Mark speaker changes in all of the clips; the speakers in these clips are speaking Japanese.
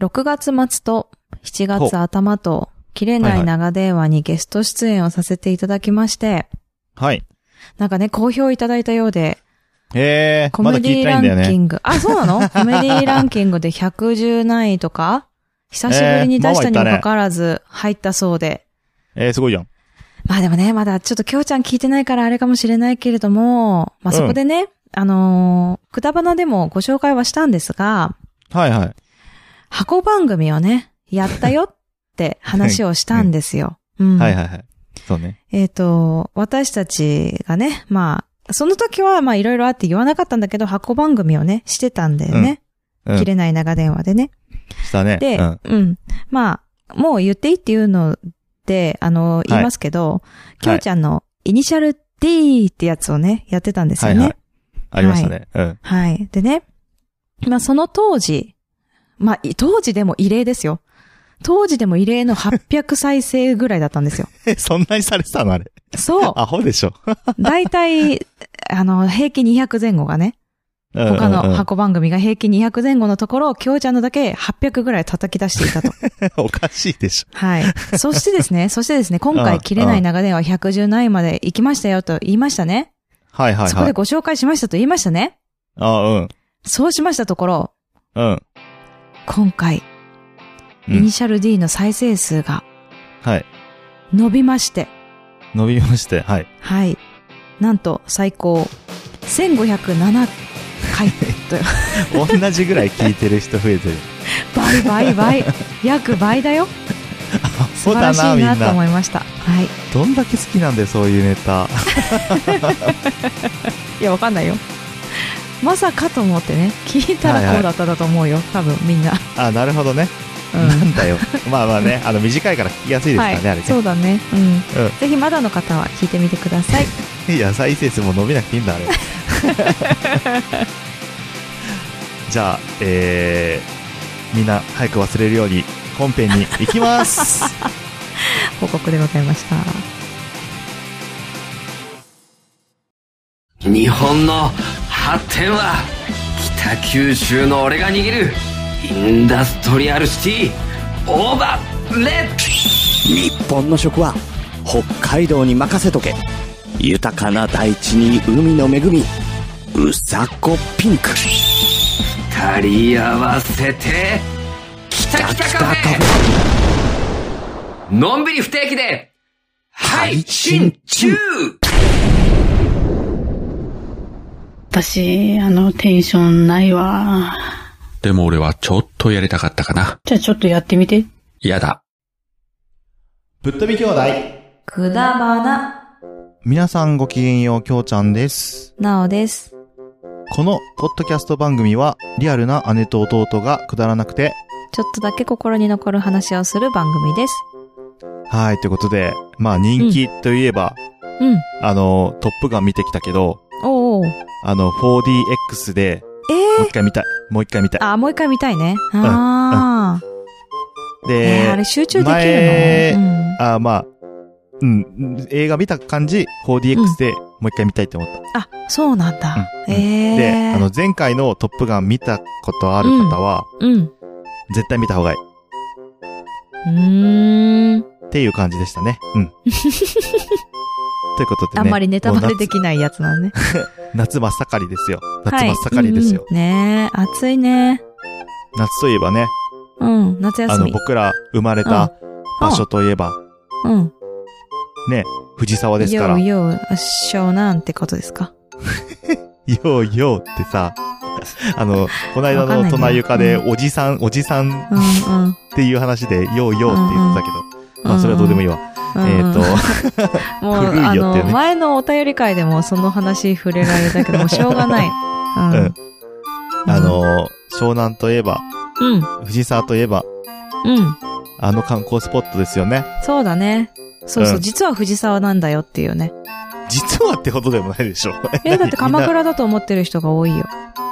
Speaker 1: 6月末と7月頭と、切れない長電話にゲスト出演をさせていただきまして、
Speaker 2: はい。
Speaker 1: なんかね、好評いただいたようで、
Speaker 2: えー、
Speaker 1: コ
Speaker 2: まだ
Speaker 1: メデ
Speaker 2: 聞い
Speaker 1: ィ
Speaker 2: てないんだよ
Speaker 1: ランキ
Speaker 2: ね。
Speaker 1: ング。あ、そうな のコメディランキングで110何位とか、久しぶりに出したにもかかわらず入ったそうで。
Speaker 2: えー、すごいじゃん。
Speaker 1: まあでもね、まだちょっときょうちゃん聞いてないからあれかもしれないけれども、まあそこでね、あのーくだばなでもご紹介はしたんですが、
Speaker 2: はいはい。
Speaker 1: 箱番組をね、やったよって話をしたんですよ。うん。
Speaker 2: はいはいはい。そうね。
Speaker 1: えっ、と、私たちがね、まあ、その時はまあいろいろあって言わなかったんだけど、箱番組をね、してたんだよね。
Speaker 2: うん
Speaker 1: 切。れない長電話でね。
Speaker 2: したね。
Speaker 1: で、
Speaker 2: う
Speaker 1: うん
Speaker 2: ん、、
Speaker 1: まあ、もう言っていいっていうので、あの、言いますけど、
Speaker 2: い
Speaker 1: きょうちゃんのイニシャル D ってやつをね、やってたんです
Speaker 2: は
Speaker 1: よ
Speaker 2: いはい
Speaker 1: ね。。
Speaker 2: ありましたね。うん。
Speaker 1: はい、でね、まあその当時、まあ、い当時でも異例ですよ。当時でも異例の800再生ぐらいだったん ですよ。
Speaker 2: え、そんなにされてたのあれ。
Speaker 1: そう。
Speaker 2: アホでしょ。
Speaker 1: 大体、あの、平均200前後がね、他
Speaker 2: 他
Speaker 1: の箱番組が平均200前後のところを、きょうちゃんのだけ800ぐらい叩き出していたと。
Speaker 2: おかしいでしょ。
Speaker 1: はい。そしてですね、そしてですね、今
Speaker 2: う
Speaker 1: 回
Speaker 2: ん
Speaker 1: 切れない長電話110何位まで行きましたよと言いましたね。
Speaker 2: はいはい
Speaker 1: そこ
Speaker 2: は
Speaker 1: で
Speaker 2: い。
Speaker 1: ご紹介しましたと言いましたね。
Speaker 2: あうん。
Speaker 1: そうしましたところ、
Speaker 2: うん。
Speaker 1: 今回、
Speaker 2: うん
Speaker 1: イニシャル D の再生数が
Speaker 2: はい。
Speaker 1: 伸びまして、
Speaker 2: 伸びまして、はい。
Speaker 1: はい。なんと最高1507回 という
Speaker 2: 同じぐらい聞いてる人 増えてる。
Speaker 1: 倍倍倍、約倍だよ。
Speaker 2: あ、
Speaker 1: 素
Speaker 2: そう
Speaker 1: 晴
Speaker 2: だ
Speaker 1: らし
Speaker 2: な、み
Speaker 1: い
Speaker 2: ん
Speaker 1: なと思
Speaker 2: な。
Speaker 1: いました。はい。
Speaker 2: どんだけ好きなんだよ、そういうネタ。
Speaker 1: いや、わかんないよ。まさかと思ってね、聞いた
Speaker 2: はい
Speaker 1: ら
Speaker 2: はい
Speaker 1: こうだっただと思うよ。多分みんな。
Speaker 2: あ、なるほどね。
Speaker 1: うん
Speaker 2: なんだよ。まあまあね、あの、短いから聞きやすいですからね、あれね。
Speaker 1: そうだね。うん。
Speaker 2: うん
Speaker 1: ぜひまだの方は聞いてみてください。
Speaker 2: いや、再生数も伸びなくていいんだ、あれ。じゃあ、えー、みんな早く忘れるように本編に行きます。
Speaker 1: 報告でございました。
Speaker 3: 日本の発展は北九州の俺が握るインダストリアルシティオーバーレッツ
Speaker 4: 日本の食は北海道に任せとけ豊かな大地に海の恵みうさこピンク
Speaker 3: 二人合わせて北北カフェのんびり不定期で配信中
Speaker 5: 私、あの、テンションないわ。
Speaker 6: でも俺はちょっとやりたかったかな。
Speaker 5: じゃあちょっとやってみて。
Speaker 6: 嫌だ。
Speaker 2: ぶっ飛び兄弟。
Speaker 1: くだばな、
Speaker 2: 皆さんごきげんよう、きょうちゃんです。
Speaker 1: なおです。
Speaker 2: このポッドキャスト番組は、リアルな姉と弟がくだらなくて、
Speaker 1: ちょっとだけ心に残る話をする番組です。
Speaker 2: はい、ということで、まあ人気といえば、
Speaker 1: うん。
Speaker 2: あの、トップガン見てきたけど、
Speaker 1: おうおう。え
Speaker 2: あの、4DX で、もう一回見たい。もう一回見たい
Speaker 1: ー、。あ、もう一回見たいね。ああ、えー、あれ
Speaker 2: で、
Speaker 1: 集中できるの、
Speaker 2: 前
Speaker 1: うん、
Speaker 2: あ、まあ、うん、映画見た感じ、4DX でもう一回見たいと思った。
Speaker 1: あ、そうなんだ。
Speaker 2: うんうん
Speaker 1: ええー。
Speaker 2: で、あの、前回のトップガン見たことある方は、
Speaker 1: うん。う
Speaker 2: 絶対見た方がいい。
Speaker 1: ーん。
Speaker 2: っていう感じでしたね。 うん。ということでね。
Speaker 1: あんまりネタバレで
Speaker 2: も
Speaker 1: きないやつなのね。
Speaker 2: う夏夏真っ盛りですよ。
Speaker 1: は
Speaker 2: 夏
Speaker 1: い
Speaker 2: 真っ盛りですよ。
Speaker 1: うんうんねえ、暑いね。
Speaker 2: 夏といえばね、
Speaker 1: うん、夏
Speaker 2: あ
Speaker 1: 休
Speaker 2: の、
Speaker 1: み。
Speaker 2: 僕ら生まれた場所といえば、
Speaker 1: うん。
Speaker 2: ね、藤沢ですから。
Speaker 1: よう
Speaker 2: よ
Speaker 1: よう、湘南ってことですか。
Speaker 2: うようってさ、 あの、この間
Speaker 1: わかんな
Speaker 2: の
Speaker 1: いな
Speaker 2: トナ床で、
Speaker 1: う
Speaker 2: おじさん、おじさん
Speaker 1: うんうん。
Speaker 2: っていう話で、ようようって言ってたけど、 まあそれはどうでもいい
Speaker 1: わ。
Speaker 2: わ。えっ、と、
Speaker 1: もう、
Speaker 2: 古いよっ
Speaker 1: あ
Speaker 2: て
Speaker 1: の、
Speaker 2: ね
Speaker 1: 前のお便り会でもその話触れられたけど、もうしょうが ない。うん。
Speaker 2: うんあ、の、湘南といえば、
Speaker 1: うん、
Speaker 2: 藤沢といえば、
Speaker 1: うん。
Speaker 2: あの観光スポットですよね。
Speaker 1: そうだね。そうそう、
Speaker 2: うん
Speaker 1: 実は藤沢なんだよっていうね。
Speaker 2: 実はってほどでも ないでしょ。
Speaker 1: え、だって鎌
Speaker 2: みんな。
Speaker 1: 倉だと思ってる人が多いよ。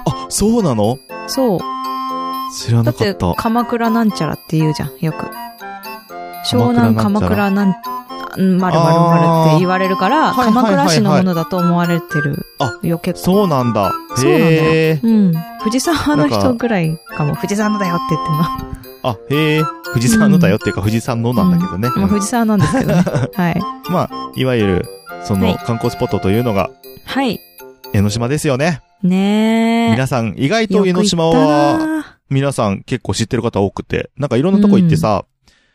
Speaker 2: あ、そうなの
Speaker 1: そう。
Speaker 2: 知ら
Speaker 1: だ
Speaker 2: な
Speaker 1: っ
Speaker 2: かってた。
Speaker 1: 鎌倉なんちゃらって言うじゃん、よく。湘
Speaker 2: 鎌倉なんちゃら
Speaker 1: 南鎌倉なん、まるまるって言われるから、
Speaker 2: あーはいはいはい
Speaker 1: 鎌
Speaker 2: はい
Speaker 1: 倉市のものだと思われてる
Speaker 2: あ
Speaker 1: よ、結構。
Speaker 2: そうなんだ。
Speaker 1: そうなんだよ
Speaker 2: へえ。
Speaker 1: うん。藤沢の
Speaker 2: なんか
Speaker 1: 人ぐらいかも。藤沢のだよって言ってんの。
Speaker 2: あ、へえ、富士山のだよっていうか、富士山のなんだけどね。
Speaker 1: まあ、富士山なんですけ どね。はい。
Speaker 2: まあ、いわゆる、そ
Speaker 1: は
Speaker 2: の
Speaker 1: い
Speaker 2: 観光スポットというのが、
Speaker 1: はい。
Speaker 2: 江ノ島ですよね。
Speaker 1: ね
Speaker 2: 皆さん、意外
Speaker 1: え。
Speaker 2: と江ノ島
Speaker 1: よく行っ
Speaker 2: は、
Speaker 1: た
Speaker 2: 皆さん結構知ってる方多くて、なんかいろんなとこ行ってさ、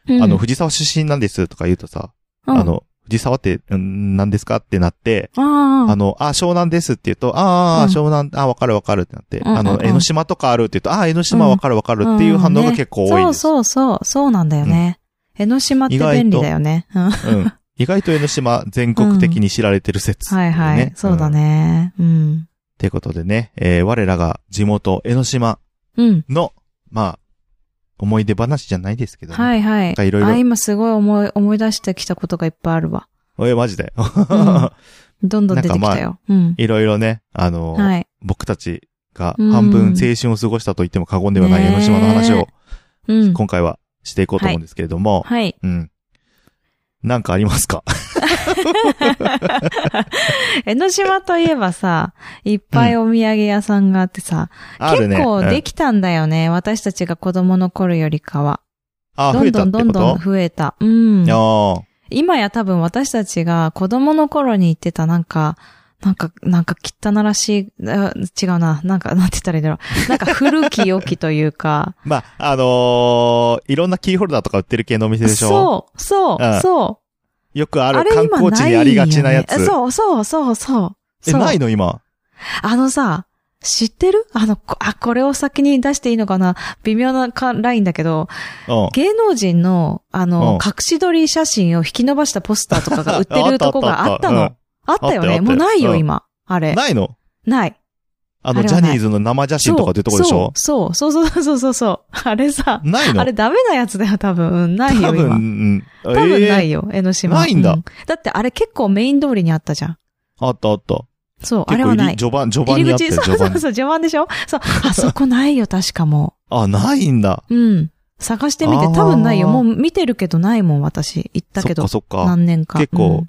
Speaker 1: な
Speaker 2: あの、、藤沢出身なんですとか言うとさ、
Speaker 1: うん
Speaker 2: あ、の、藤沢って、うん、何ですかってなって、
Speaker 1: ああ
Speaker 2: あの、あ、湘南ですって言うと、ああ、
Speaker 1: うん
Speaker 2: 湘南、あ、わかるわかるってなって、
Speaker 1: んうんうん
Speaker 2: あの、江ノ島とかあるって言うと、ああ、江ノ島わかるわかるっていう反応が結構多いです。
Speaker 1: そうそうそう、そうなんだよね。江ノ島って便利だよね。うんは
Speaker 2: うん。意外と江ノ島全国的に知られてる説、
Speaker 1: いはい、
Speaker 2: ね
Speaker 1: そうだ。
Speaker 2: ん
Speaker 1: ね。うん。
Speaker 2: ってことでね、えー我らが地元江ノ島
Speaker 1: うん。
Speaker 2: の、まあ、思い出話じゃないですけどね。
Speaker 1: はいは
Speaker 2: なん
Speaker 1: い。
Speaker 2: かいろいろ
Speaker 1: あ、今すごい思い、思い出してきたことがいっぱいあるわ。
Speaker 2: おい、マジで。
Speaker 1: んどんどん出てきたよ。うん。
Speaker 2: いろいろね、あのー
Speaker 1: はい。
Speaker 2: 僕たちが
Speaker 1: うん
Speaker 2: 半分青春を過ごしたと言っても過言ではない江ノ島の話を
Speaker 1: ねうん。
Speaker 2: 今回はしていこうと思うんですけれども、
Speaker 1: はい。
Speaker 2: うん。なんかありま すか
Speaker 1: 江ノ島といえばさ、いっぱいお土産屋さんがあってさ、
Speaker 2: あるね。
Speaker 1: 結構で
Speaker 2: き、
Speaker 1: きたんだよね、私たちが子供の頃よりかは。
Speaker 2: あ、
Speaker 1: ど
Speaker 2: 増
Speaker 1: ん
Speaker 2: えた
Speaker 1: ど
Speaker 2: って
Speaker 1: ん
Speaker 2: こ
Speaker 1: ど
Speaker 2: と
Speaker 1: んどん増えた。うん。
Speaker 2: あ
Speaker 1: 今や多分私たちが子供の頃に行ってたなんか、なんか、なんか汚らしい、あ違うな、なんか、なんて言ったらいいんだろ う。なんか古き良きというか。
Speaker 2: ーまあ、あのーいろんなキーホルダーとか売ってる系のお店でしょ
Speaker 1: そう、そうう、
Speaker 2: ん
Speaker 1: そ
Speaker 2: よくあ
Speaker 1: う。
Speaker 2: る
Speaker 1: あれ
Speaker 2: 観
Speaker 1: 今
Speaker 2: 光地
Speaker 1: ない
Speaker 2: に
Speaker 1: よね
Speaker 2: ありがちなやつ。
Speaker 1: そう、そう、そう、そう。
Speaker 2: え、
Speaker 1: そう
Speaker 2: ないの今。
Speaker 1: あのさ、知ってるあの、こあ、これを先に出していいのかな微妙なかラインだけど、
Speaker 2: うん。
Speaker 1: 芸能人の、あ
Speaker 2: うん
Speaker 1: の、隠し撮り写真を引き伸ばしたポスターとかが売ってるとこがあったの。あったよ
Speaker 2: あったよあった
Speaker 1: ね。
Speaker 2: よ
Speaker 1: もうないよ、
Speaker 2: うん
Speaker 1: 今。あ
Speaker 2: う
Speaker 1: れ
Speaker 2: ん。ないの
Speaker 1: ない。
Speaker 2: あ
Speaker 1: あ
Speaker 2: の、
Speaker 1: れ
Speaker 2: ジャ
Speaker 1: はない
Speaker 2: ニーズの生写真とかっていうとこでしょ
Speaker 1: そう、そう、そうそうそうそうそう。あれさ、
Speaker 2: ないの
Speaker 1: あれダメなやつだよ、多分。うんないよ、
Speaker 2: 多分、う
Speaker 1: 今。
Speaker 2: ん。多
Speaker 1: 多分ないよ、江ノ島。
Speaker 2: ないんだ
Speaker 1: うだってあれ結構メイン通りにあったじゃん。
Speaker 2: あったあった。
Speaker 1: そう、あ
Speaker 2: 結
Speaker 1: れ
Speaker 2: 構
Speaker 1: は
Speaker 2: 入
Speaker 1: な
Speaker 2: り
Speaker 1: い。
Speaker 2: 序盤、序盤
Speaker 1: 入
Speaker 2: に
Speaker 1: り
Speaker 2: あったよ
Speaker 1: 口、そう
Speaker 2: 序
Speaker 1: そう
Speaker 2: 盤
Speaker 1: そう、
Speaker 2: に。
Speaker 1: 序盤でしょそう、あそこないよ、確かも
Speaker 2: あ、ないんだ。
Speaker 1: う。うん。探してみて、
Speaker 2: あー
Speaker 1: 多分ないよ。もう見てるけどないもん、私。行ったけど。
Speaker 2: そっかそっか。
Speaker 1: 何年か。
Speaker 2: 結
Speaker 1: う
Speaker 2: 構
Speaker 1: ん、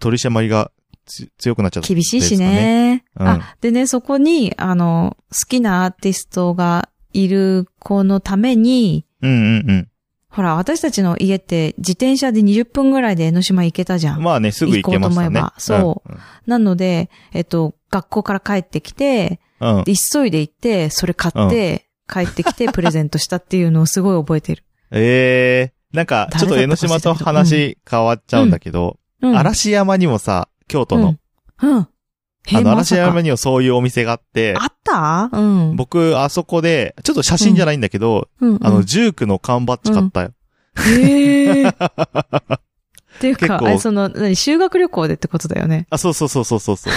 Speaker 2: 取り締まりがつ強くなっちゃった、
Speaker 1: 厳しいし。ね。
Speaker 2: うん
Speaker 1: あ、でね、そこに、あの、好きなアーティストがいる子のために、
Speaker 2: うんうん
Speaker 1: ほら、私たちの家って自転車で20分ぐらいで江ノ島行けたじゃ
Speaker 2: うん。
Speaker 1: ん。
Speaker 2: まあね、すぐ行けましたね
Speaker 1: 行こうと思えば。そうなので、えっと、学校から帰ってきて、
Speaker 2: うん。うん。
Speaker 1: で急いで行って、それ買って、帰って きてプレゼントしたっていうのをすごい覚えてる。
Speaker 2: ええー、なんか、ちょっと江ノ島と話変わっちゃうんだけど、
Speaker 1: うん。
Speaker 2: 嵐山にもさ、京都
Speaker 1: う
Speaker 2: の
Speaker 1: ん、。うん。え
Speaker 2: あの、
Speaker 1: ま
Speaker 2: 嵐
Speaker 1: さか
Speaker 2: 山にもそういうお店があって、
Speaker 1: あったうん。
Speaker 2: 僕、あそこで、ちょっと写真じゃないんだけど、
Speaker 1: うんうん
Speaker 2: あの、ジュークの缶バッジ買ったよ。
Speaker 1: へ え。っていう
Speaker 2: 結
Speaker 1: か、
Speaker 2: 構
Speaker 1: あれその、何、修学旅行でってことだよね。
Speaker 2: あ、そうそうそうそうそうそう。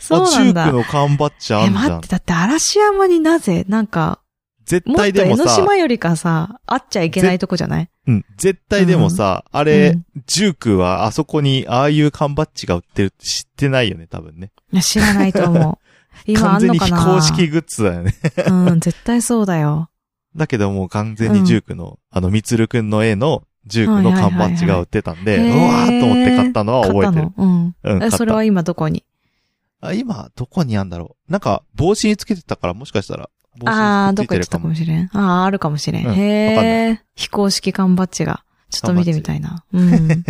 Speaker 1: そう
Speaker 2: あ、
Speaker 1: な
Speaker 2: ジュ
Speaker 1: ん
Speaker 2: ー
Speaker 1: だ
Speaker 2: ク。の缶バッジあ
Speaker 1: え、
Speaker 2: んじ
Speaker 1: 待
Speaker 2: ゃ
Speaker 1: っ
Speaker 2: ん
Speaker 1: て、。だって嵐山になぜなんか、
Speaker 2: 絶
Speaker 1: もっ
Speaker 2: 対
Speaker 1: と
Speaker 2: で
Speaker 1: 江
Speaker 2: も
Speaker 1: ノ
Speaker 2: さ、
Speaker 1: 島よりかさ、あっちゃいけないとこじゃない
Speaker 2: うん。絶対でもさ、あれ、
Speaker 1: うん
Speaker 2: ジュークはあそこにああいう缶バッジが売ってるって知ってないよね、多分ね。
Speaker 1: いや知らないと 思う。今あ
Speaker 2: 完
Speaker 1: ん
Speaker 2: 全
Speaker 1: の
Speaker 2: に
Speaker 1: か
Speaker 2: 非
Speaker 1: な
Speaker 2: 公式グッズだよね。
Speaker 1: うん、絶対そうだよ。
Speaker 2: だけどもう完全にジュークの、あの、みつるくんの絵の、ジュークの
Speaker 1: はいはいは
Speaker 2: 缶
Speaker 1: いはい
Speaker 2: バッジが売ってたんで、
Speaker 1: へー
Speaker 2: うわーっと思って買ったのは
Speaker 1: 買っ
Speaker 2: 覚え
Speaker 1: た
Speaker 2: てる
Speaker 1: の。。うん。
Speaker 2: うん、買っ
Speaker 1: え、
Speaker 2: た。
Speaker 1: それは今どこに
Speaker 2: あ今、どこにあんだろう。なんか、帽子につけてたから、もしかしたら、帽
Speaker 1: あ
Speaker 2: 子
Speaker 1: ー、
Speaker 2: につ
Speaker 1: どっ
Speaker 2: い
Speaker 1: か行
Speaker 2: て
Speaker 1: っ
Speaker 2: る
Speaker 1: てた
Speaker 2: か
Speaker 1: か
Speaker 2: も。
Speaker 1: もしれん。あー、あるかもしれん。
Speaker 2: うんわかん
Speaker 1: へー。非公式缶バッジが。ちょっと見てみたいな。うん。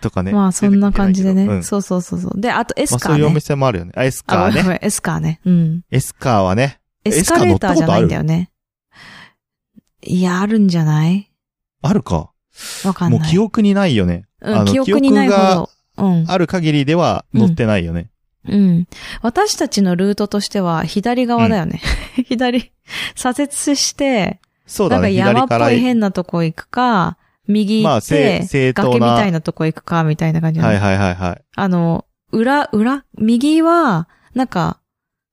Speaker 2: とかね。
Speaker 1: まあ、そんな感じで
Speaker 2: 出て
Speaker 1: ね。
Speaker 2: きて
Speaker 1: そうそうそうそう。で、あとエス
Speaker 2: ないけどう
Speaker 1: カー
Speaker 2: んまあ、そういうお
Speaker 1: ね。
Speaker 2: 店もあるよね。あ、エス
Speaker 1: あ、
Speaker 2: カ
Speaker 1: ご
Speaker 2: ー
Speaker 1: めんご
Speaker 2: ね。
Speaker 1: めん、エスカーね。うん。
Speaker 2: エスカーはね、
Speaker 1: エスカレーターじゃないんだよね。いや、あるんじゃない
Speaker 2: あるか。
Speaker 1: わかん
Speaker 2: も
Speaker 1: な
Speaker 2: う
Speaker 1: い。
Speaker 2: 記憶にないよね。
Speaker 1: うん、記憶にないほど。うん。
Speaker 2: ある限りでは乗ってないよね。
Speaker 1: うん。私たちのルートとしては、左側だよね。 左、左折して、
Speaker 2: そう
Speaker 1: な
Speaker 2: だ
Speaker 1: んか
Speaker 2: ね、
Speaker 1: 山
Speaker 2: 左
Speaker 1: っ
Speaker 2: か
Speaker 1: ぽ
Speaker 2: ら。
Speaker 1: い変なとこ行くか、右
Speaker 2: ま
Speaker 1: 行
Speaker 2: あ
Speaker 1: っ
Speaker 2: 正
Speaker 1: て、
Speaker 2: 正当な
Speaker 1: 崖みたいなとこ行くか、みたいな感じなの
Speaker 2: はいはいはいはい。
Speaker 1: あの、裏、裏、右は、なんか、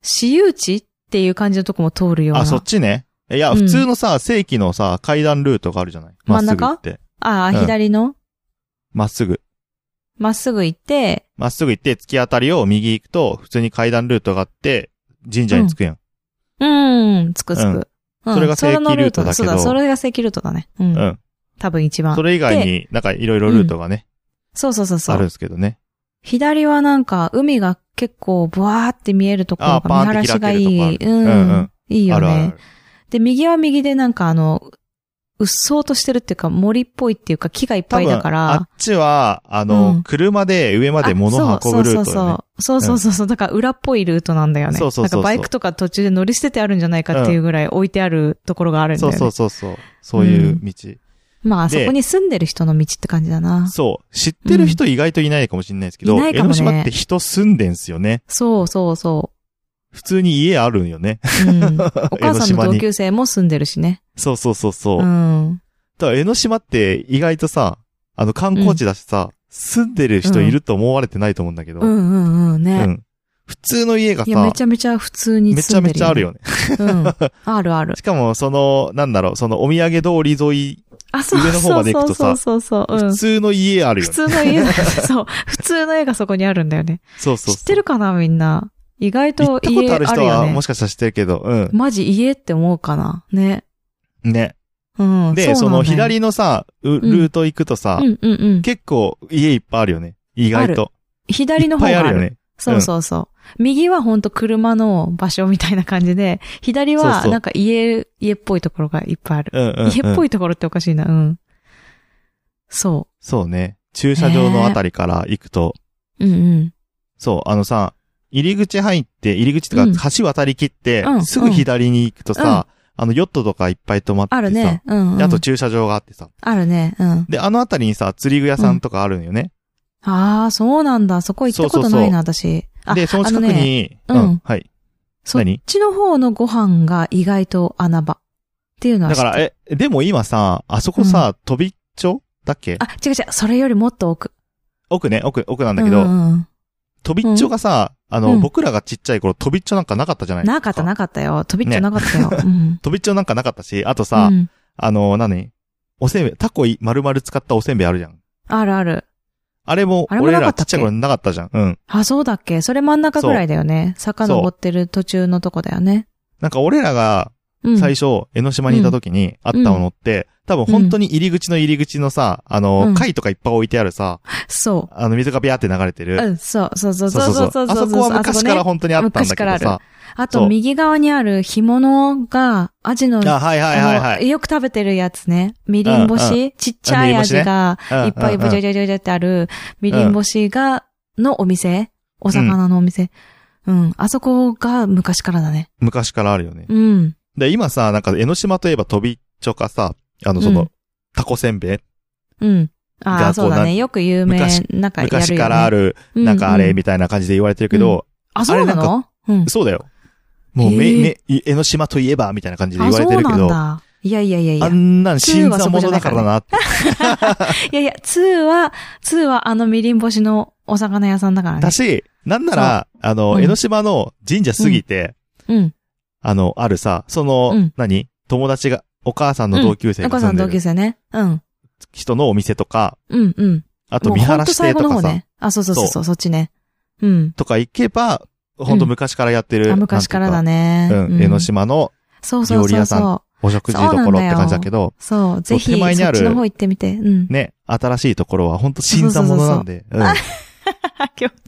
Speaker 1: 私有地っていう感じのとこも通るような。
Speaker 2: あ、そっちね。いや、
Speaker 1: うん
Speaker 2: 普通のさ、正規のさ、階段ルートがあるじゃないまっ
Speaker 1: 真ん
Speaker 2: すぐ
Speaker 1: 中
Speaker 2: 行って。
Speaker 1: ああ、
Speaker 2: うん
Speaker 1: 左の
Speaker 2: まっすぐ。
Speaker 1: まっすぐ行って、
Speaker 2: まっすぐ行って、突き当たりを右行くと、普通に階段ルートがあって、神社に着くやん。
Speaker 1: うん、つくつ
Speaker 2: うん
Speaker 1: く。うん、
Speaker 2: それが正規
Speaker 1: の
Speaker 2: ルートだ
Speaker 1: そ
Speaker 2: けど
Speaker 1: うだ、それが正規ルートだね。うん。
Speaker 2: うん。
Speaker 1: 多分一番。
Speaker 2: それ以外
Speaker 1: で。
Speaker 2: に、なんかいろいろルートがね、
Speaker 1: そうそうそうそ
Speaker 2: あるん
Speaker 1: う。
Speaker 2: ですけどね。
Speaker 1: 左はなんか、海が結構ブワーって見えるとこ
Speaker 2: あ
Speaker 1: ろ
Speaker 2: ーパー
Speaker 1: が
Speaker 2: ン
Speaker 1: 見晴
Speaker 2: って
Speaker 1: らしが
Speaker 2: 開け
Speaker 1: い
Speaker 2: るとこある
Speaker 1: い。うん。
Speaker 2: うんうん
Speaker 1: いいよ
Speaker 2: あ
Speaker 1: ね
Speaker 2: るある。
Speaker 1: で、右は右でなんかあの、うっそうとしてるっていうか森っぽいっていうか木がいっぱいだか
Speaker 2: あ
Speaker 1: ら
Speaker 2: っ。ちは、あの、
Speaker 1: うん
Speaker 2: 車で上まで物を運ぶルートだよね。
Speaker 1: そうそうそうそうそうそうそう。だから裏っぽいルートなんだよね。
Speaker 2: そうそうそうそ
Speaker 1: な
Speaker 2: う
Speaker 1: んかバイクとか途中で乗り捨ててあるんじゃないかっていうぐらい置いてあるところがあるんだ
Speaker 2: そ
Speaker 1: よ
Speaker 2: う
Speaker 1: ね。
Speaker 2: そうそうそう。そういう道。
Speaker 1: まあ、あそ
Speaker 2: で
Speaker 1: こに住んでる人の道って感じだな。
Speaker 2: そう。知ってる人意外といないかもしれないですけど、
Speaker 1: いないか
Speaker 2: 江
Speaker 1: も
Speaker 2: ノ
Speaker 1: ね
Speaker 2: 島って人住んでんすよね。
Speaker 1: そうそうそ
Speaker 2: 普通に家あるんよね。
Speaker 1: う。うん、お母さん
Speaker 2: 江ノ島
Speaker 1: の
Speaker 2: に
Speaker 1: 同級生も住んでるしね。
Speaker 2: そうそうそうそう。
Speaker 1: うん。
Speaker 2: ただ江ノ島って意外とさ、あの観光地だしさ、住んでる人いると思われてないと思うんだけど。
Speaker 1: うんうんうんね。
Speaker 2: うん普通の家が
Speaker 1: いや、め
Speaker 2: さ
Speaker 1: ち、ゃめちゃ普通に
Speaker 2: めち
Speaker 1: 住
Speaker 2: ゃ
Speaker 1: んで
Speaker 2: め
Speaker 1: る、
Speaker 2: ちゃあるよね。
Speaker 1: ね。うん。 あるある
Speaker 2: し。かも、その、なんだろう、そのお土産通り沿い、
Speaker 1: あ、そう
Speaker 2: 上の方
Speaker 1: そ
Speaker 2: ま
Speaker 1: う
Speaker 2: で行
Speaker 1: そ
Speaker 2: くと
Speaker 1: う
Speaker 2: さ
Speaker 1: そうそうそう。うん
Speaker 2: 普。通の家あるよ
Speaker 1: 普
Speaker 2: ね。
Speaker 1: 通の家だ そう。普通の家がそこにあるんだよね。
Speaker 2: そうそうそう。
Speaker 1: 知ってるかなみんな。意外
Speaker 2: 行
Speaker 1: と
Speaker 2: ったこ
Speaker 1: 家
Speaker 2: と
Speaker 1: あ
Speaker 2: ある人
Speaker 1: るよ
Speaker 2: は、
Speaker 1: ね
Speaker 2: も。しかしたら知ってるけど、う
Speaker 1: マジ家って思うかなね。
Speaker 2: ん。ね。
Speaker 1: うん。
Speaker 2: で、そう
Speaker 1: な
Speaker 2: の
Speaker 1: んだよ、
Speaker 2: 左のさ、うルート行くとさ
Speaker 1: う、んうんうん。
Speaker 2: 結構家いっぱいあるよね。意外と。
Speaker 1: 左の方
Speaker 2: いっ
Speaker 1: が
Speaker 2: ぱい
Speaker 1: あ
Speaker 2: ある
Speaker 1: る
Speaker 2: よ。ね。
Speaker 1: そうそうそう。右はほんと車の場所みたいな感じで、左
Speaker 2: そう
Speaker 1: は
Speaker 2: そう
Speaker 1: なんか家、家っぽいところがいっぱいある。
Speaker 2: うんうん、うん。
Speaker 1: 家っぽ
Speaker 2: い。
Speaker 1: いところっておかしいな。うん。そ
Speaker 2: そうね。駐車場のあたりから行くと、
Speaker 1: う。うんうん。
Speaker 2: そう、あのさ、入り口入って、入り口とか
Speaker 1: うん
Speaker 2: 橋渡り切って、
Speaker 1: うん
Speaker 2: すぐ左に行くとさ、あのヨットとかいっぱい止まってさ、
Speaker 1: あるね。うん、うん。
Speaker 2: であと駐車場があってさ、
Speaker 1: あるね。うん。
Speaker 2: で、あのあたりにさ、釣り具屋さんとかあるんよね。
Speaker 1: ああ、そうなんだ。そこ行ったことないな、私。あ、
Speaker 2: で、その
Speaker 1: あ
Speaker 2: 近く
Speaker 1: のね、
Speaker 2: に、
Speaker 1: あのね
Speaker 2: う
Speaker 1: うん
Speaker 2: ん、はい。
Speaker 1: そっ
Speaker 2: 何
Speaker 1: ちの方のご飯が意外と穴場。っていうのは
Speaker 2: だ
Speaker 1: 知って
Speaker 2: か
Speaker 1: る
Speaker 2: ら、え、でも今さ、あそこさ、飛び町だっけ
Speaker 1: あ、違う違う、それよりもっと奥。
Speaker 2: 奥ね、奥、奥なんだけど、
Speaker 1: うんうん
Speaker 2: 飛びっちょがさ、あの、
Speaker 1: うん
Speaker 2: 僕らがちっちゃい頃、飛びっちょなんかなかったじゃないですか。
Speaker 1: なかったな
Speaker 2: か
Speaker 1: かったよ。飛びっちょなかった よ。うん。
Speaker 2: 飛びっちょなんかなかったし、あとさ、
Speaker 1: うん
Speaker 2: あの、何おせんべい、タコい丸々使ったおせんべいあるじゃん。
Speaker 1: あるある。
Speaker 2: あれも、
Speaker 1: あれも
Speaker 2: 俺
Speaker 1: なからっ
Speaker 2: ち
Speaker 1: たっ
Speaker 2: っち
Speaker 1: け
Speaker 2: ゃい頃なかったじゃん。うん。
Speaker 1: あ、そうだっけそれ真ん中ぐらいだよね。坂登ってる途中のとこだよね。
Speaker 2: なんか俺らが
Speaker 1: うん。
Speaker 2: 最初、江ノ島にいた時にあったものって、多分本当に入り口の入り口のさ、あの、
Speaker 1: うん
Speaker 2: 貝とかいっぱい置いてあるさ、
Speaker 1: そ
Speaker 2: あの、水がビャーって流れてる。
Speaker 1: う。うん、そうそうそうそうそうそう
Speaker 2: あ
Speaker 1: そう
Speaker 2: そこは昔から
Speaker 1: あそこね
Speaker 2: 本当にあったん
Speaker 1: 昔
Speaker 2: だけど
Speaker 1: から
Speaker 2: さ。
Speaker 1: あ
Speaker 2: そ
Speaker 1: と
Speaker 2: う
Speaker 1: 右側にある干物が、アジの、
Speaker 2: あ、はいはいはいは
Speaker 1: あの
Speaker 2: い。
Speaker 1: よく食べてるやつね。みりん干
Speaker 2: うん
Speaker 1: しちっちゃい味が、
Speaker 2: うん
Speaker 1: いっぱいぶちゃぶちゃぶちゃぶちゃってある、みりん干しが、のお店お魚のお店、うん、あそこが昔からだね。
Speaker 2: 昔からあるよね。
Speaker 1: うん。
Speaker 2: で、今さ、なんか江ノ島といえば飛びちょかさ、あの、そうの
Speaker 1: ん、
Speaker 2: タコせんべい
Speaker 1: うん。あ
Speaker 2: が
Speaker 1: あ、そう
Speaker 2: こう
Speaker 1: だ
Speaker 2: なん
Speaker 1: ね。よく有名
Speaker 2: 昔、
Speaker 1: なんかやるよ、ね。
Speaker 2: 昔からある、
Speaker 1: うん、
Speaker 2: なんかあれ
Speaker 1: うん
Speaker 2: みたいな感じで言われてるけど、
Speaker 1: あ、そうな
Speaker 2: あれな
Speaker 1: のうん。
Speaker 2: そうだよ。もうめ、
Speaker 1: へー
Speaker 2: め、江ノ島といえば、みたいな感じで
Speaker 1: あ、
Speaker 2: 言わ
Speaker 1: そ
Speaker 2: れて
Speaker 1: う
Speaker 2: るけ
Speaker 1: なん
Speaker 2: ど、あ
Speaker 1: だ。いやいやいやいや。い
Speaker 2: んなん新参者だからなって。
Speaker 1: やいや、2は、2はあのみりん干しのお魚屋さんだからね
Speaker 2: だ。し、なんなら、あの、
Speaker 1: うん
Speaker 2: 江ノ島の神社過ぎて、
Speaker 1: うん。
Speaker 2: あの、あるさ、その、
Speaker 1: うん
Speaker 2: 何友達が、お母さんの同級生
Speaker 1: お母
Speaker 2: が住
Speaker 1: さ
Speaker 2: ん
Speaker 1: ん
Speaker 2: で
Speaker 1: 同級
Speaker 2: る
Speaker 1: 生ね。うん。
Speaker 2: 人のお店とか、
Speaker 1: うんうん。
Speaker 2: あと
Speaker 1: もう
Speaker 2: 見
Speaker 1: ほ
Speaker 2: 晴
Speaker 1: ん
Speaker 2: ら
Speaker 1: と
Speaker 2: し
Speaker 1: 最
Speaker 2: 亭
Speaker 1: 後
Speaker 2: と
Speaker 1: の
Speaker 2: か
Speaker 1: 方
Speaker 2: さ、
Speaker 1: ね。あ、そうそうそうそう、そっちね。うん。
Speaker 2: とか行けば、ほんと昔からやってる。
Speaker 1: あ、昔からだ
Speaker 2: ね。
Speaker 1: ね。
Speaker 2: うん、江ノ島の
Speaker 1: そうそうそうそう。
Speaker 2: 料理屋さんお食事どころって感じだけど、
Speaker 1: そう、ぜひ、
Speaker 2: 手前に
Speaker 1: そ
Speaker 2: あ
Speaker 1: っ
Speaker 2: る
Speaker 1: ちの方行ってみて。うん。
Speaker 2: ね、新しいところはほんと新参者なんで、うん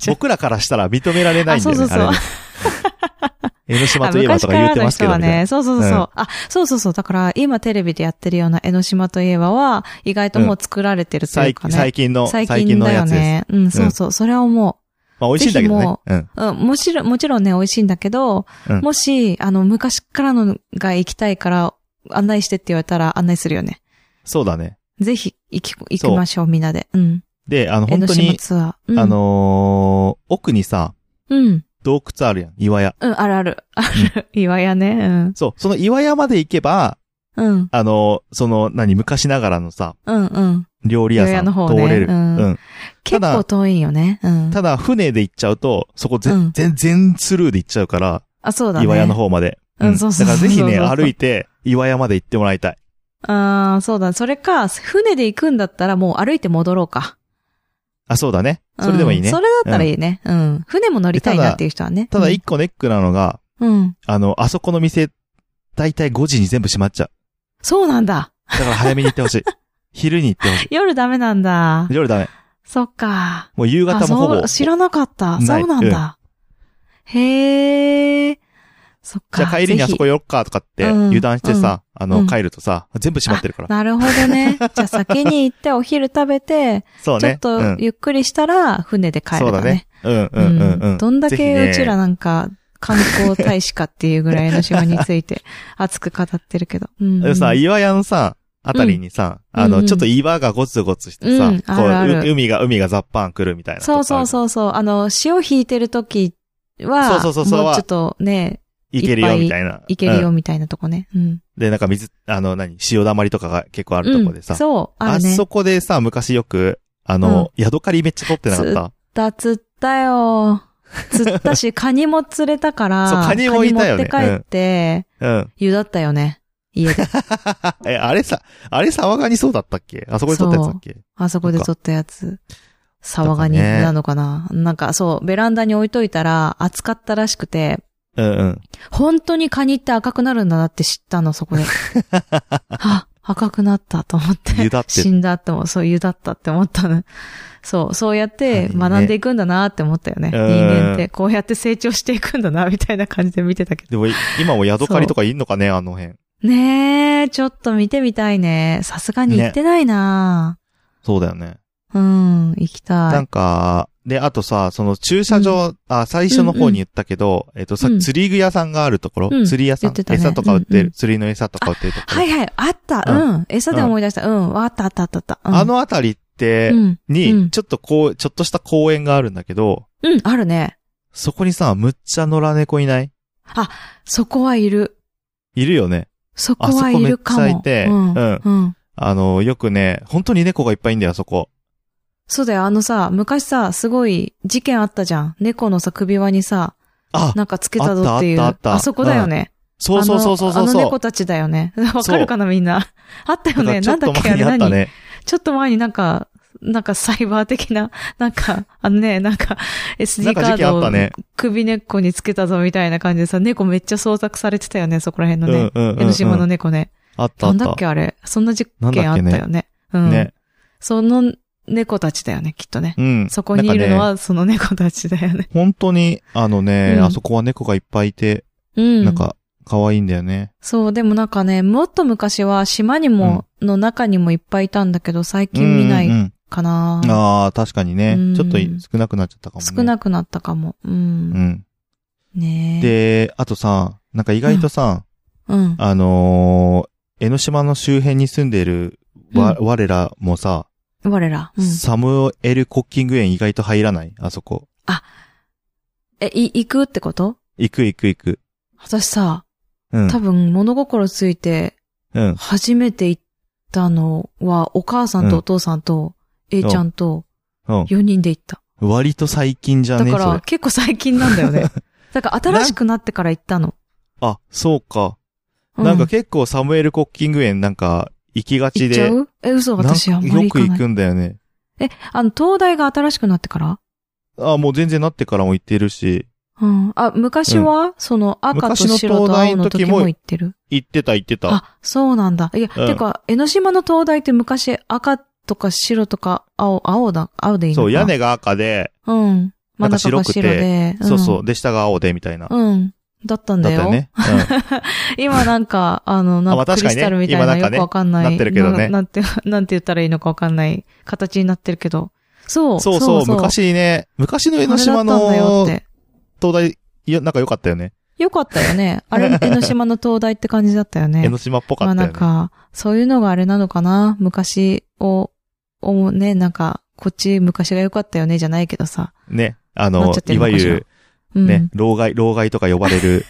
Speaker 2: 僕らからしたら認められないんだよね、
Speaker 1: あそうそうそう
Speaker 2: あれね江ノ島
Speaker 1: あ
Speaker 2: といえば
Speaker 1: 昔
Speaker 2: と
Speaker 1: か
Speaker 2: か言っ
Speaker 1: ら
Speaker 2: て
Speaker 1: の
Speaker 2: ますけ
Speaker 1: 人
Speaker 2: ど
Speaker 1: は
Speaker 2: みたいな
Speaker 1: ね、そうそうそうそう。あ、そうそうそう。だから、今テレビでやってるような江ノ島といえばは、意外ともう作られてるという
Speaker 2: 最
Speaker 1: か
Speaker 2: 近
Speaker 1: ね。
Speaker 2: 最近の、最
Speaker 1: 最
Speaker 2: 近
Speaker 1: 近
Speaker 2: の
Speaker 1: だ
Speaker 2: や
Speaker 1: よ
Speaker 2: つです。
Speaker 1: ね。うん、そうそう。それは思
Speaker 2: まあ美味しいんだけど
Speaker 1: ぜひ
Speaker 2: ね
Speaker 1: も。
Speaker 2: うん。
Speaker 1: う。うん、もちろん、もちろんね、美味しいんだけど、
Speaker 2: うん
Speaker 1: もし、あの、昔からのが行きたいから、案内してって言われたら案内するよね。
Speaker 2: そうだね。
Speaker 1: ぜひ、行き、行き
Speaker 2: そう
Speaker 1: ましょう、みんなで。うん。
Speaker 2: で、あの、
Speaker 1: 江
Speaker 2: 本
Speaker 1: ノ
Speaker 2: 当
Speaker 1: 島
Speaker 2: に、
Speaker 1: ツアー。うん
Speaker 2: あ、のー奥にさ、
Speaker 1: うん。
Speaker 2: 洞窟あるやん、岩屋。
Speaker 1: うん、あるある。ある。 岩屋ね。
Speaker 2: そう、その岩屋まで行けば、
Speaker 1: うん。うん。
Speaker 2: あのーその、何、昔ながらのさ、
Speaker 1: うんうん。
Speaker 2: 料理屋
Speaker 1: 料理
Speaker 2: さ
Speaker 1: 屋
Speaker 2: ん、
Speaker 1: の方
Speaker 2: 通
Speaker 1: ね
Speaker 2: れる。
Speaker 1: うん
Speaker 2: うん。た
Speaker 1: 結
Speaker 2: だ
Speaker 1: 構遠いよね。うん。
Speaker 2: ただ、船で行っちゃうと、そこ
Speaker 1: う
Speaker 2: 全
Speaker 1: ん
Speaker 2: 然、全スルーで行っちゃうから、
Speaker 1: あ、そうだね。
Speaker 2: 岩屋の。方まで。
Speaker 1: うんそうそう
Speaker 2: だからぜひね、
Speaker 1: そうそうそう
Speaker 2: 歩いて、岩屋まで行ってもらいたい。
Speaker 1: ああ、そうだ。それか、船で行くんだったらもう歩いて戻ろうか。
Speaker 2: あ、そうだね。
Speaker 1: うん
Speaker 2: それでもいいね。
Speaker 1: それだったらいいね。うん。船も乗りたいなっていう人はね。
Speaker 2: ただ、一個ネックなのが、
Speaker 1: うん。
Speaker 2: あの、あそこの店、だいたい5時に全部閉まっちゃう。
Speaker 1: そうなんだ。
Speaker 2: だから早めに行ってほし い。昼に行ってほしい。
Speaker 1: 夜ダメなんだ。
Speaker 2: 夜ダメ。
Speaker 1: そっか。
Speaker 2: もう夕
Speaker 1: あ、
Speaker 2: 方もほ
Speaker 1: そ
Speaker 2: ぼ。
Speaker 1: う、知らなかった。
Speaker 2: ない
Speaker 1: そうなんだ。へえ。そっか。
Speaker 2: じゃあ帰りにあそこ
Speaker 1: ぜ
Speaker 2: 寄ろっかとかって
Speaker 1: うん
Speaker 2: 油断してさ、あ
Speaker 1: う
Speaker 2: の、
Speaker 1: ん
Speaker 2: 帰るとさ、全部閉まってるか
Speaker 1: ひ
Speaker 2: ら。
Speaker 1: なるほど ね。じゃあ先に行ってお昼食べて、
Speaker 2: そう
Speaker 1: ちょ
Speaker 2: ね
Speaker 1: っ。と
Speaker 2: うん
Speaker 1: ゆっくりしたら船で帰
Speaker 2: そう
Speaker 1: る
Speaker 2: だ
Speaker 1: だ
Speaker 2: ね
Speaker 1: ね。。
Speaker 2: うんうんうんうん。
Speaker 1: どんだ
Speaker 2: ぜひね
Speaker 1: けうちらなんか観光大使かっていうぐらいの島について熱く語ってるけど。うん、
Speaker 2: で
Speaker 1: う
Speaker 2: も
Speaker 1: ん。
Speaker 2: さ、岩屋のさ、あたりにさ、
Speaker 1: うん
Speaker 2: あ
Speaker 1: う
Speaker 2: の、
Speaker 1: ん
Speaker 2: ちょっと岩がゴツゴツしてさ、
Speaker 1: うん
Speaker 2: こ
Speaker 1: あるある
Speaker 2: う、う海が、海がザッパン来るみたいな。
Speaker 1: そうそうそうそう。あの、潮引いてる時は、
Speaker 2: そうそうそうそう
Speaker 1: もうちょっとね、
Speaker 2: う。いけるよ、みたいな。
Speaker 1: 行ける
Speaker 2: う
Speaker 1: よ
Speaker 2: ん。
Speaker 1: みたいなとこね。うん。
Speaker 2: で、なんか水、あの、何、潮だまりとかが結構あ
Speaker 1: あ
Speaker 2: るとこでさ。
Speaker 1: そう、あ
Speaker 2: あ
Speaker 1: るね。
Speaker 2: そこでさ、昔よく、あの、ヤドカリめっちゃ取ってなかった。
Speaker 1: だ、釣った よ。釣ったし、カニも釣れたから、
Speaker 2: そうカニもいたよね
Speaker 1: カニ持って帰って、
Speaker 2: うん。
Speaker 1: 湯だったよね。家で。
Speaker 2: え、あれさ、あれ沢ガニそうだったっけあそこで撮ったやつだっけ
Speaker 1: あそこで撮ったやつ。沢ガニなのかななんかそう、ベランダに置いといたら暑かったらしくて、
Speaker 2: うんうん。
Speaker 1: 本当にカニって赤くなるんだなって知ったの、そこ で。あ、赤くなったと思って。
Speaker 2: 湯だって
Speaker 1: 死んだっても、そう、湯だったって思ったの。そう、そうやって
Speaker 2: カニね
Speaker 1: 学んでいくんだなって思ったよね。
Speaker 2: う
Speaker 1: 人
Speaker 2: ん
Speaker 1: 間って、こうやって成長していくんだな、みたいな感じで見てたけど。
Speaker 2: でも、い今もヤドカリとかいんのかねあの辺。
Speaker 1: ねえ、ちょっと見てみたいね。さすがに行ってないな、
Speaker 2: そうだよね。
Speaker 1: うん、行きたい。
Speaker 2: なんか、で、あとさ、その駐車場、あ、最初の方に言ったけど、えっとさ
Speaker 1: う、ん
Speaker 2: 釣り具屋さんがあるところ、
Speaker 1: うん
Speaker 2: 釣り屋さん、
Speaker 1: 言ってたね
Speaker 2: 餌とか売ってる、
Speaker 1: うんうん
Speaker 2: 釣りの餌とか売ってるところ。
Speaker 1: はいはい、あった、
Speaker 2: う
Speaker 1: うんん。餌で思い出した。うん、わ、あったあったあったあった。うん、
Speaker 2: あのあたりって
Speaker 1: う、ん、う
Speaker 2: に、
Speaker 1: ん
Speaker 2: ちょっとこう、ちょっとした公園があるんだけど、
Speaker 1: うん、あるね。
Speaker 2: そこにさ、むっちゃ野良猫いない
Speaker 1: そこはいる。
Speaker 2: いるよね。
Speaker 1: そこ
Speaker 2: あそこ
Speaker 1: はい
Speaker 2: めっ
Speaker 1: る
Speaker 2: ち
Speaker 1: か
Speaker 2: ゃ
Speaker 1: も。
Speaker 2: いて、
Speaker 1: うん。
Speaker 2: うん
Speaker 1: うん。
Speaker 2: あの、よくね、本当に猫がいっぱいいんだよ、そこ。
Speaker 1: そうだよ、あのさ、昔さ、すごい事件あったじゃん。猫のさ、首輪にさ、
Speaker 2: あ、
Speaker 1: なんかつけたぞっていう。
Speaker 2: あったあったあった
Speaker 1: そこだよね。
Speaker 2: そうそうそうそうそう。
Speaker 1: あのあの猫
Speaker 2: そう
Speaker 1: たちだよね。わかるかな、みん な。あったよ
Speaker 2: だか
Speaker 1: ね。
Speaker 2: らちょ
Speaker 1: な
Speaker 2: っ
Speaker 1: んだ
Speaker 2: と
Speaker 1: っけあ
Speaker 2: 前に
Speaker 1: れ
Speaker 2: あった
Speaker 1: 何
Speaker 2: ね。
Speaker 1: ちょっと前になんか、なんかサイバー的な、なんか、あのね、なんか
Speaker 2: なん
Speaker 1: SD カ
Speaker 2: か事
Speaker 1: ー
Speaker 2: 件あったね
Speaker 1: ドを首根っこにつけたぞみたいな感じでさ、猫めっちゃ捜索されてたよね、そこら辺のね。
Speaker 2: うんうんうんうん
Speaker 1: 江ノ島の猫ね。
Speaker 2: あった
Speaker 1: な
Speaker 2: あっ。
Speaker 1: んだったけあれそんな事件あった
Speaker 2: なんだ
Speaker 1: よね。うん。
Speaker 2: ね。
Speaker 1: その猫たちだよね、きっとね。
Speaker 2: うん。
Speaker 1: そこにいるの
Speaker 2: なんかね
Speaker 1: はその猫たちだよね。
Speaker 2: 本当に、あのね、
Speaker 1: うん
Speaker 2: あそこは猫がいっぱいいて、
Speaker 1: うん。
Speaker 2: なんか、可愛いんだよね。
Speaker 1: そう、でもなんかね、もっと昔は島にも、の中にもいっぱいいたんだけど、最近見な
Speaker 2: うんう
Speaker 1: い
Speaker 2: ん
Speaker 1: かな、
Speaker 2: うんああ、確かにね
Speaker 1: う。ん
Speaker 2: ちょっと少なくなっちゃったかもね。
Speaker 1: 少なくなったかも。うん。
Speaker 2: うん。
Speaker 1: ねえ。
Speaker 2: で、あとさ、なんか意外とさ、
Speaker 1: うん。
Speaker 2: あのー江ノ島の周辺に住んでるわ、
Speaker 1: う
Speaker 2: 我らもさ、
Speaker 1: 我ら。うん。
Speaker 2: サムエルコッキング園意外と入らないあそこ。
Speaker 1: え、い、行くってこと
Speaker 2: 行く行く行く。
Speaker 1: 私さ、
Speaker 2: うん。
Speaker 1: 多分物心ついて、
Speaker 2: うん。
Speaker 1: 初めて行ったのは、お母さんとお父さんと、A ちゃんと、
Speaker 2: うん。
Speaker 1: 4人で行った。
Speaker 2: 割と最近じゃ
Speaker 1: だ
Speaker 2: ね
Speaker 1: か
Speaker 2: そ
Speaker 1: ら、
Speaker 2: れ。
Speaker 1: 結構最近なんだよ ね。だから、新しくなってから行ったの。
Speaker 2: あ、そうか。
Speaker 1: う
Speaker 2: なんか結構サムエルコッキング園なんか行きがち
Speaker 1: 行っち
Speaker 2: で。
Speaker 1: ゃうえ、嘘、
Speaker 2: なん
Speaker 1: 私あんま
Speaker 2: よ
Speaker 1: り行か
Speaker 2: く行
Speaker 1: ない。
Speaker 2: くんだよね。
Speaker 1: え、あの、東大が新しくなってから
Speaker 2: あ、もう全然なってからも行ってるし、
Speaker 1: うん。あ、昔は、その赤と
Speaker 2: 昔の
Speaker 1: 白と青の時
Speaker 2: 東大の時も
Speaker 1: も行ってる。
Speaker 2: 行ってた行ってた。
Speaker 1: あ、そうなんだ。いや、
Speaker 2: うん
Speaker 1: てか、江ノ島の東大って昔赤とか白とか青、青だ、青でいいのか
Speaker 2: そう、
Speaker 1: な
Speaker 2: 屋根が赤で、
Speaker 1: うん。真
Speaker 2: なん
Speaker 1: ん中
Speaker 2: か白
Speaker 1: が
Speaker 2: くて
Speaker 1: 白で。ん
Speaker 2: そうそう、で下が青でみたいな。
Speaker 1: うん。だったん
Speaker 2: だ
Speaker 1: だ
Speaker 2: った
Speaker 1: よ。
Speaker 2: よね。
Speaker 1: 今なん か、あの、な
Speaker 2: あまあ
Speaker 1: んかクリス
Speaker 2: 確かにね
Speaker 1: タルみたい
Speaker 2: 今な
Speaker 1: なん
Speaker 2: か
Speaker 1: よ
Speaker 2: ね
Speaker 1: くわかんない。
Speaker 2: なってるけどね
Speaker 1: ななんて、 なんて言ったらいいのかわかんない形になってるけど。そうう。
Speaker 2: んそうそう、昔ね、昔の江
Speaker 1: 江
Speaker 2: ノ
Speaker 1: ノ
Speaker 2: 島
Speaker 1: 島の。あれだったんだよ
Speaker 2: の
Speaker 1: って。
Speaker 2: 東大、いや、なんか良かったよね。
Speaker 1: よかったよ ね。あれ、江ノ島の東大って感じだったよね。
Speaker 2: 江ノ島っぽか
Speaker 1: まあ
Speaker 2: った
Speaker 1: な
Speaker 2: よ
Speaker 1: ん
Speaker 2: ね。
Speaker 1: か、そういうのがあれなのかな昔を、をね、なんか、こっち昔が良かったよね、じゃないけどさ。
Speaker 2: ね。あ
Speaker 1: な
Speaker 2: の
Speaker 1: っちゃっ、て
Speaker 2: い
Speaker 1: るの
Speaker 2: わ
Speaker 1: かしら
Speaker 2: ゆる、
Speaker 1: うん。
Speaker 2: ね、老害、老害とか呼ば れる、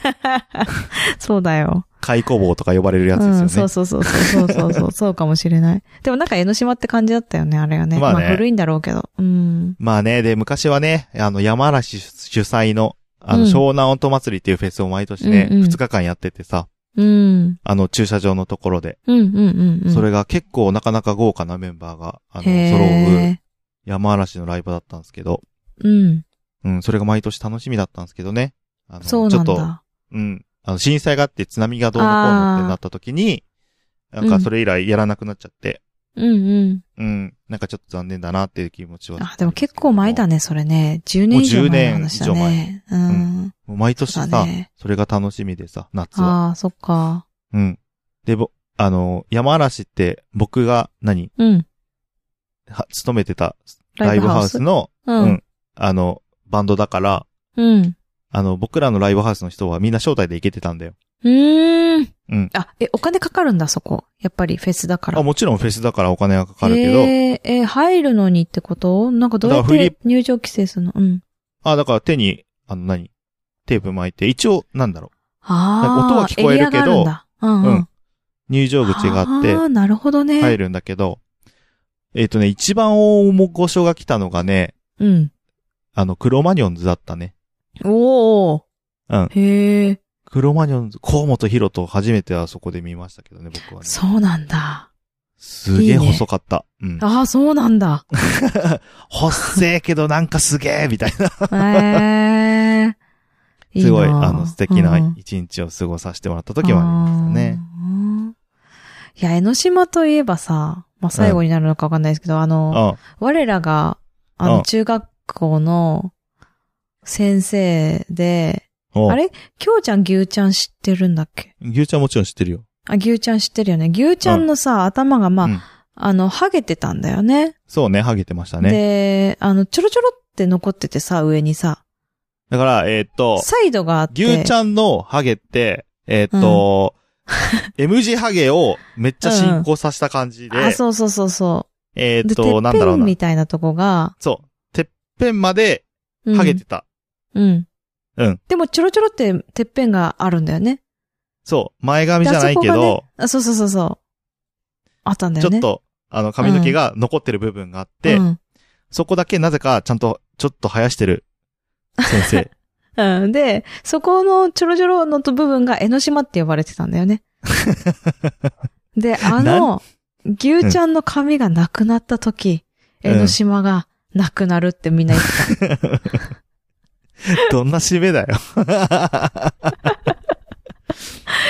Speaker 1: そうだよ。
Speaker 2: 解雇棒とか呼ばれるやつ
Speaker 1: うん、
Speaker 2: です
Speaker 1: そ
Speaker 2: よ
Speaker 1: う
Speaker 2: ね。
Speaker 1: そうそうそうそうそう そう、そうかもしれない。でもなんか江ノ島って感じだったよね、あれはね。
Speaker 2: ま
Speaker 1: ま
Speaker 2: あ
Speaker 1: あ、
Speaker 2: ね
Speaker 1: 古いんだろうけど。うん。
Speaker 2: まあね、で、昔はね、あの、山嵐主催の、あの、
Speaker 1: うん
Speaker 2: 湘南音祭りっていうフェスを毎年ね、
Speaker 1: うんうん
Speaker 2: 2日間やっててさ、
Speaker 1: うん。
Speaker 2: あの、駐車場のところで、
Speaker 1: うん、うん、うんうん。
Speaker 2: それが結構なかなか豪華なメンバーが、あの、
Speaker 1: へー
Speaker 2: 揃う山嵐のライブだったんですけど、
Speaker 1: うん。
Speaker 2: うん、それが毎年楽しみだったんですけどね。あの
Speaker 1: そうなん
Speaker 2: ちょっと、
Speaker 1: だ。
Speaker 2: うん、あの、震災があって津波がどうのこうのってなった時に、なんかそれ以来やらなくなっちゃって、
Speaker 1: うんうん。
Speaker 2: うん。なんかちょっと残念だなっていう気持ちは。
Speaker 1: あ、でも結構前だね、それね。10年以上前の話だね。う
Speaker 2: 年以上
Speaker 1: ん。
Speaker 2: もう毎年
Speaker 1: そう
Speaker 2: さ、
Speaker 1: だね。
Speaker 2: それが楽しみでさ、夏は。
Speaker 1: ああ、そっか。
Speaker 2: うん。で、ぼ、あの、山嵐って僕が何、
Speaker 1: うん。
Speaker 2: は勤めてたラ
Speaker 1: ラ
Speaker 2: イ
Speaker 1: イブ
Speaker 2: ブハ
Speaker 1: ハ
Speaker 2: ウ
Speaker 1: ウ
Speaker 2: ス
Speaker 1: ス
Speaker 2: の、
Speaker 1: う。
Speaker 2: うんん。あの、バンドだから、
Speaker 1: うん。
Speaker 2: あの、僕らのライブハウスの人はみんな招待で行けてたんだよ。
Speaker 1: うーん。
Speaker 2: うん。
Speaker 1: あ、え、お金かかるんだ、そこ。やっぱりフェスだから。
Speaker 2: あもちろんフェスだからお金がかかるけど、
Speaker 1: えー、えー入るのにってことなんかどうや
Speaker 2: だ
Speaker 1: っ
Speaker 2: からフリー
Speaker 1: て入場規制するのうん。
Speaker 2: あ、だから手に、あの何テープ巻いて、一応、なんだろ
Speaker 1: ああ。
Speaker 2: なんか音は聞こえるけど
Speaker 1: エリアがあんだうん
Speaker 2: う、
Speaker 1: う。
Speaker 2: うんん。入場口があって
Speaker 1: あ、あ、なるほどね。
Speaker 2: 入るんだけど、えっ、とね、一番大御所が来たのがね、
Speaker 1: うん。
Speaker 2: あの、クロマニョンズだったね。
Speaker 1: おお。
Speaker 2: うん
Speaker 1: へえ、
Speaker 2: クロマニョンズ、河本博と初めてはそこで見ましたけどね、僕はね。
Speaker 1: そうなんだ。
Speaker 2: すげ
Speaker 1: い
Speaker 2: え
Speaker 1: いね
Speaker 2: 細かった。うん。
Speaker 1: ああ、そうなん だ。
Speaker 2: 細えけどなんかすげえみ たいな。
Speaker 1: へえ。
Speaker 2: すごい、
Speaker 1: な
Speaker 2: あの、素敵
Speaker 1: う
Speaker 2: なん一日を過ごさせてもらった時もありましたね。
Speaker 1: うんいや、江ノ島といえばさ、まあ、最後になるのかわかんないですけど、あの、
Speaker 2: あ
Speaker 1: 我らが、あ
Speaker 2: うん
Speaker 1: の、中学校の先生で、
Speaker 2: あ
Speaker 1: あれきょうちゃん、ぎゅうちゃん知ってるんだっけ
Speaker 2: 牛ちゃんもちろん知ってるよ。
Speaker 1: あ、ぎゅうちゃん知ってるよね。ぎゅうちゃんのさ、頭がまあ、
Speaker 2: うん
Speaker 1: あの、ハゲてたんだよね。
Speaker 2: そうね、ハゲてましたね。
Speaker 1: で、あの、ちょろちょろって残っててさ、上にさ、
Speaker 2: だから、えーっと、
Speaker 1: サイドがあって。
Speaker 2: 牛ちゃんのハゲって、えーっと、M 字ハゲをめっちゃ進行させた感じで、
Speaker 1: あ、そうそうそうそう。
Speaker 2: えーっ
Speaker 1: で、てっぺ
Speaker 2: と、なんだろうんな。
Speaker 1: みたいなとこが、
Speaker 2: そう。てっぺんまで
Speaker 1: うん
Speaker 2: ハゲてた。
Speaker 1: うん。
Speaker 2: うん。
Speaker 1: でも、ちょろちょろって、てっぺんがあるんだよね。
Speaker 2: そう。前髪じゃないけ
Speaker 1: であそこ
Speaker 2: ど、
Speaker 1: あ、そうそうそうそう。あったんだ
Speaker 2: ちょ
Speaker 1: よ
Speaker 2: っ
Speaker 1: ね。っ
Speaker 2: と、あの、髪の毛が残ってる部分があって、
Speaker 1: うん。
Speaker 2: そこだけなぜかちゃんと、ちょっと生やしてる先生。
Speaker 1: うん、で、そこのちょろちょろの部分が江ノ島って呼ばれてたんだよ ね。で、あの、牛ちゃんの髪がなくなった時、
Speaker 2: うん
Speaker 1: 江ノ島がなくなるってみんな言って
Speaker 2: どんな締めだよ。
Speaker 1: た。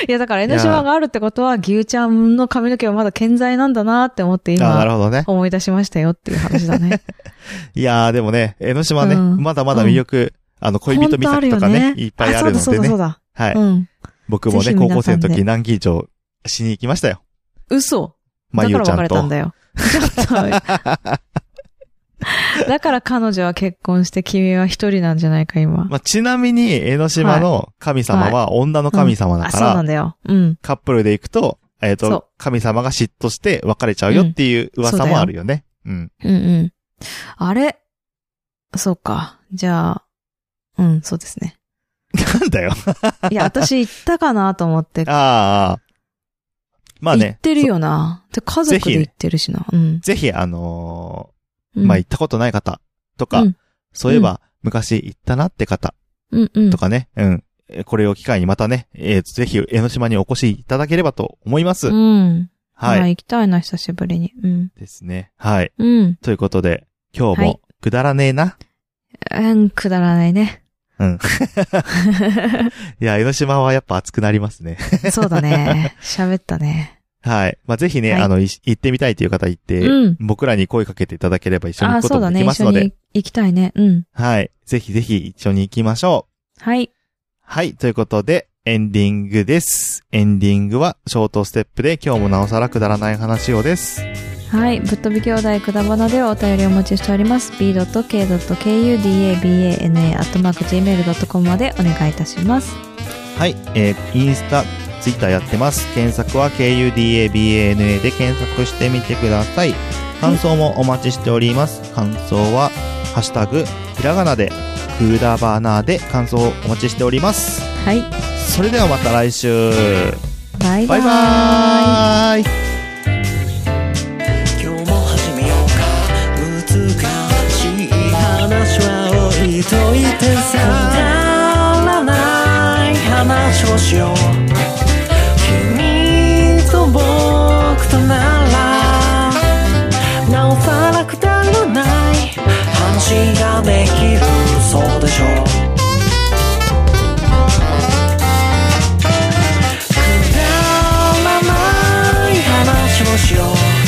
Speaker 1: いや、だから江ノ島があるってことは、牛ちゃんの髪の毛はまだ健在なんだなって思って
Speaker 2: あなる
Speaker 1: 今、
Speaker 2: ほどね。
Speaker 1: 思い出しましたよっていう話だね。
Speaker 2: いやーでもね、江ノ島ね、
Speaker 1: うん
Speaker 2: まだまだ魅力、あの、 恋人岬とか
Speaker 1: 本当ある
Speaker 2: ね
Speaker 1: よ
Speaker 2: いっぱいあるの
Speaker 1: そう
Speaker 2: で
Speaker 1: だそ
Speaker 2: ね
Speaker 1: う。だ
Speaker 2: は
Speaker 1: そう
Speaker 2: い
Speaker 1: だ。。うん。
Speaker 2: 僕も
Speaker 1: ぜ
Speaker 2: ね、
Speaker 1: ひ
Speaker 2: 高
Speaker 1: 皆さん
Speaker 2: 校生の時
Speaker 1: で
Speaker 2: 南紀城しに行きましたよ。
Speaker 1: 嘘。
Speaker 2: ま
Speaker 1: だ
Speaker 2: ゆ
Speaker 1: から
Speaker 2: ちゃ
Speaker 1: 別
Speaker 2: ん
Speaker 1: れたん
Speaker 2: と。
Speaker 1: だよ。ちょっと。だから彼女は結婚して君は一人なんじゃないか今。
Speaker 2: まあ、ちなみに、江ノ島の神様は女の神様だ
Speaker 1: あ、
Speaker 2: か
Speaker 1: そうなん
Speaker 2: ら、
Speaker 1: だよ。うん。
Speaker 2: カップルで行くと、えっ
Speaker 1: そ
Speaker 2: と
Speaker 1: う、
Speaker 2: 神様が嫉妬して別れちゃうよっていう噂もあるよね。うん。
Speaker 1: うんうん。あれそうか。じゃあ、うん、そうですね。
Speaker 2: なんだよ。
Speaker 1: い や、私行ったかなと思って。
Speaker 2: ああ。まあ
Speaker 1: 行っ
Speaker 2: ね。
Speaker 1: てるよな。で、家族
Speaker 2: ぜひ
Speaker 1: で行ってるしな。うん。
Speaker 2: ぜひ、あの
Speaker 1: う
Speaker 2: ー
Speaker 1: ん
Speaker 2: まあ、行ったことない方とか、
Speaker 1: うん
Speaker 2: そういえば、昔行ったなって方
Speaker 1: うんうん
Speaker 2: と。かね、うん。えこれを機会にまたね、えーぜひ、江ノ島にお越しいただければと思います。
Speaker 1: うん。
Speaker 2: はい、
Speaker 1: 行きたいな、久しぶりに。うん。
Speaker 2: ですね。はい。
Speaker 1: うん。
Speaker 2: ということで、今日
Speaker 1: は
Speaker 2: も
Speaker 1: い、
Speaker 2: くだらねえな。
Speaker 1: うん、くだらないね。
Speaker 2: いや、江ノ島はやっぱ熱くなりますね。
Speaker 1: そうだね。喋ったね。
Speaker 2: はい。まあ、ぜひね、
Speaker 1: はい
Speaker 2: あの、い行ってみたいという方いて、
Speaker 1: うん
Speaker 2: 僕らに声かけていただければ一緒に
Speaker 1: あ
Speaker 2: 行
Speaker 1: あ、
Speaker 2: くこ
Speaker 1: そ
Speaker 2: と
Speaker 1: うだ
Speaker 2: もで
Speaker 1: ね。
Speaker 2: きま
Speaker 1: 一
Speaker 2: す
Speaker 1: 緒
Speaker 2: ので、
Speaker 1: に行きたいね。うん。
Speaker 2: はい。ぜひぜひ一緒に行きましょう。
Speaker 1: はい。
Speaker 2: はい。ということで、エンディングです。エンディングは、ショートステップで、今日もなおさらくだらない話をです。
Speaker 1: はい。ぶっ飛び兄弟くだばなではお便りをお待ちしております。b.k.kudabana.gmail.com までお願いいたします。
Speaker 2: はい。えーインスタ、ツイッターやってます。検索は、KUDABANA で検索してみてください。感想もお待ちしております。感想は、ハッシュタグ、ひらがなで、クーダバーナーで感想をお待ちしております。
Speaker 1: はい。
Speaker 2: それではまた来週。
Speaker 1: バイバ
Speaker 2: バ
Speaker 1: ー
Speaker 2: イ
Speaker 1: イ。
Speaker 2: バーイ
Speaker 7: 今日も始めようか難しい話は置いといてさくだらない話をしよう君と僕とならなおさらくだらない話ができるそうでしょうくだらない話をしよう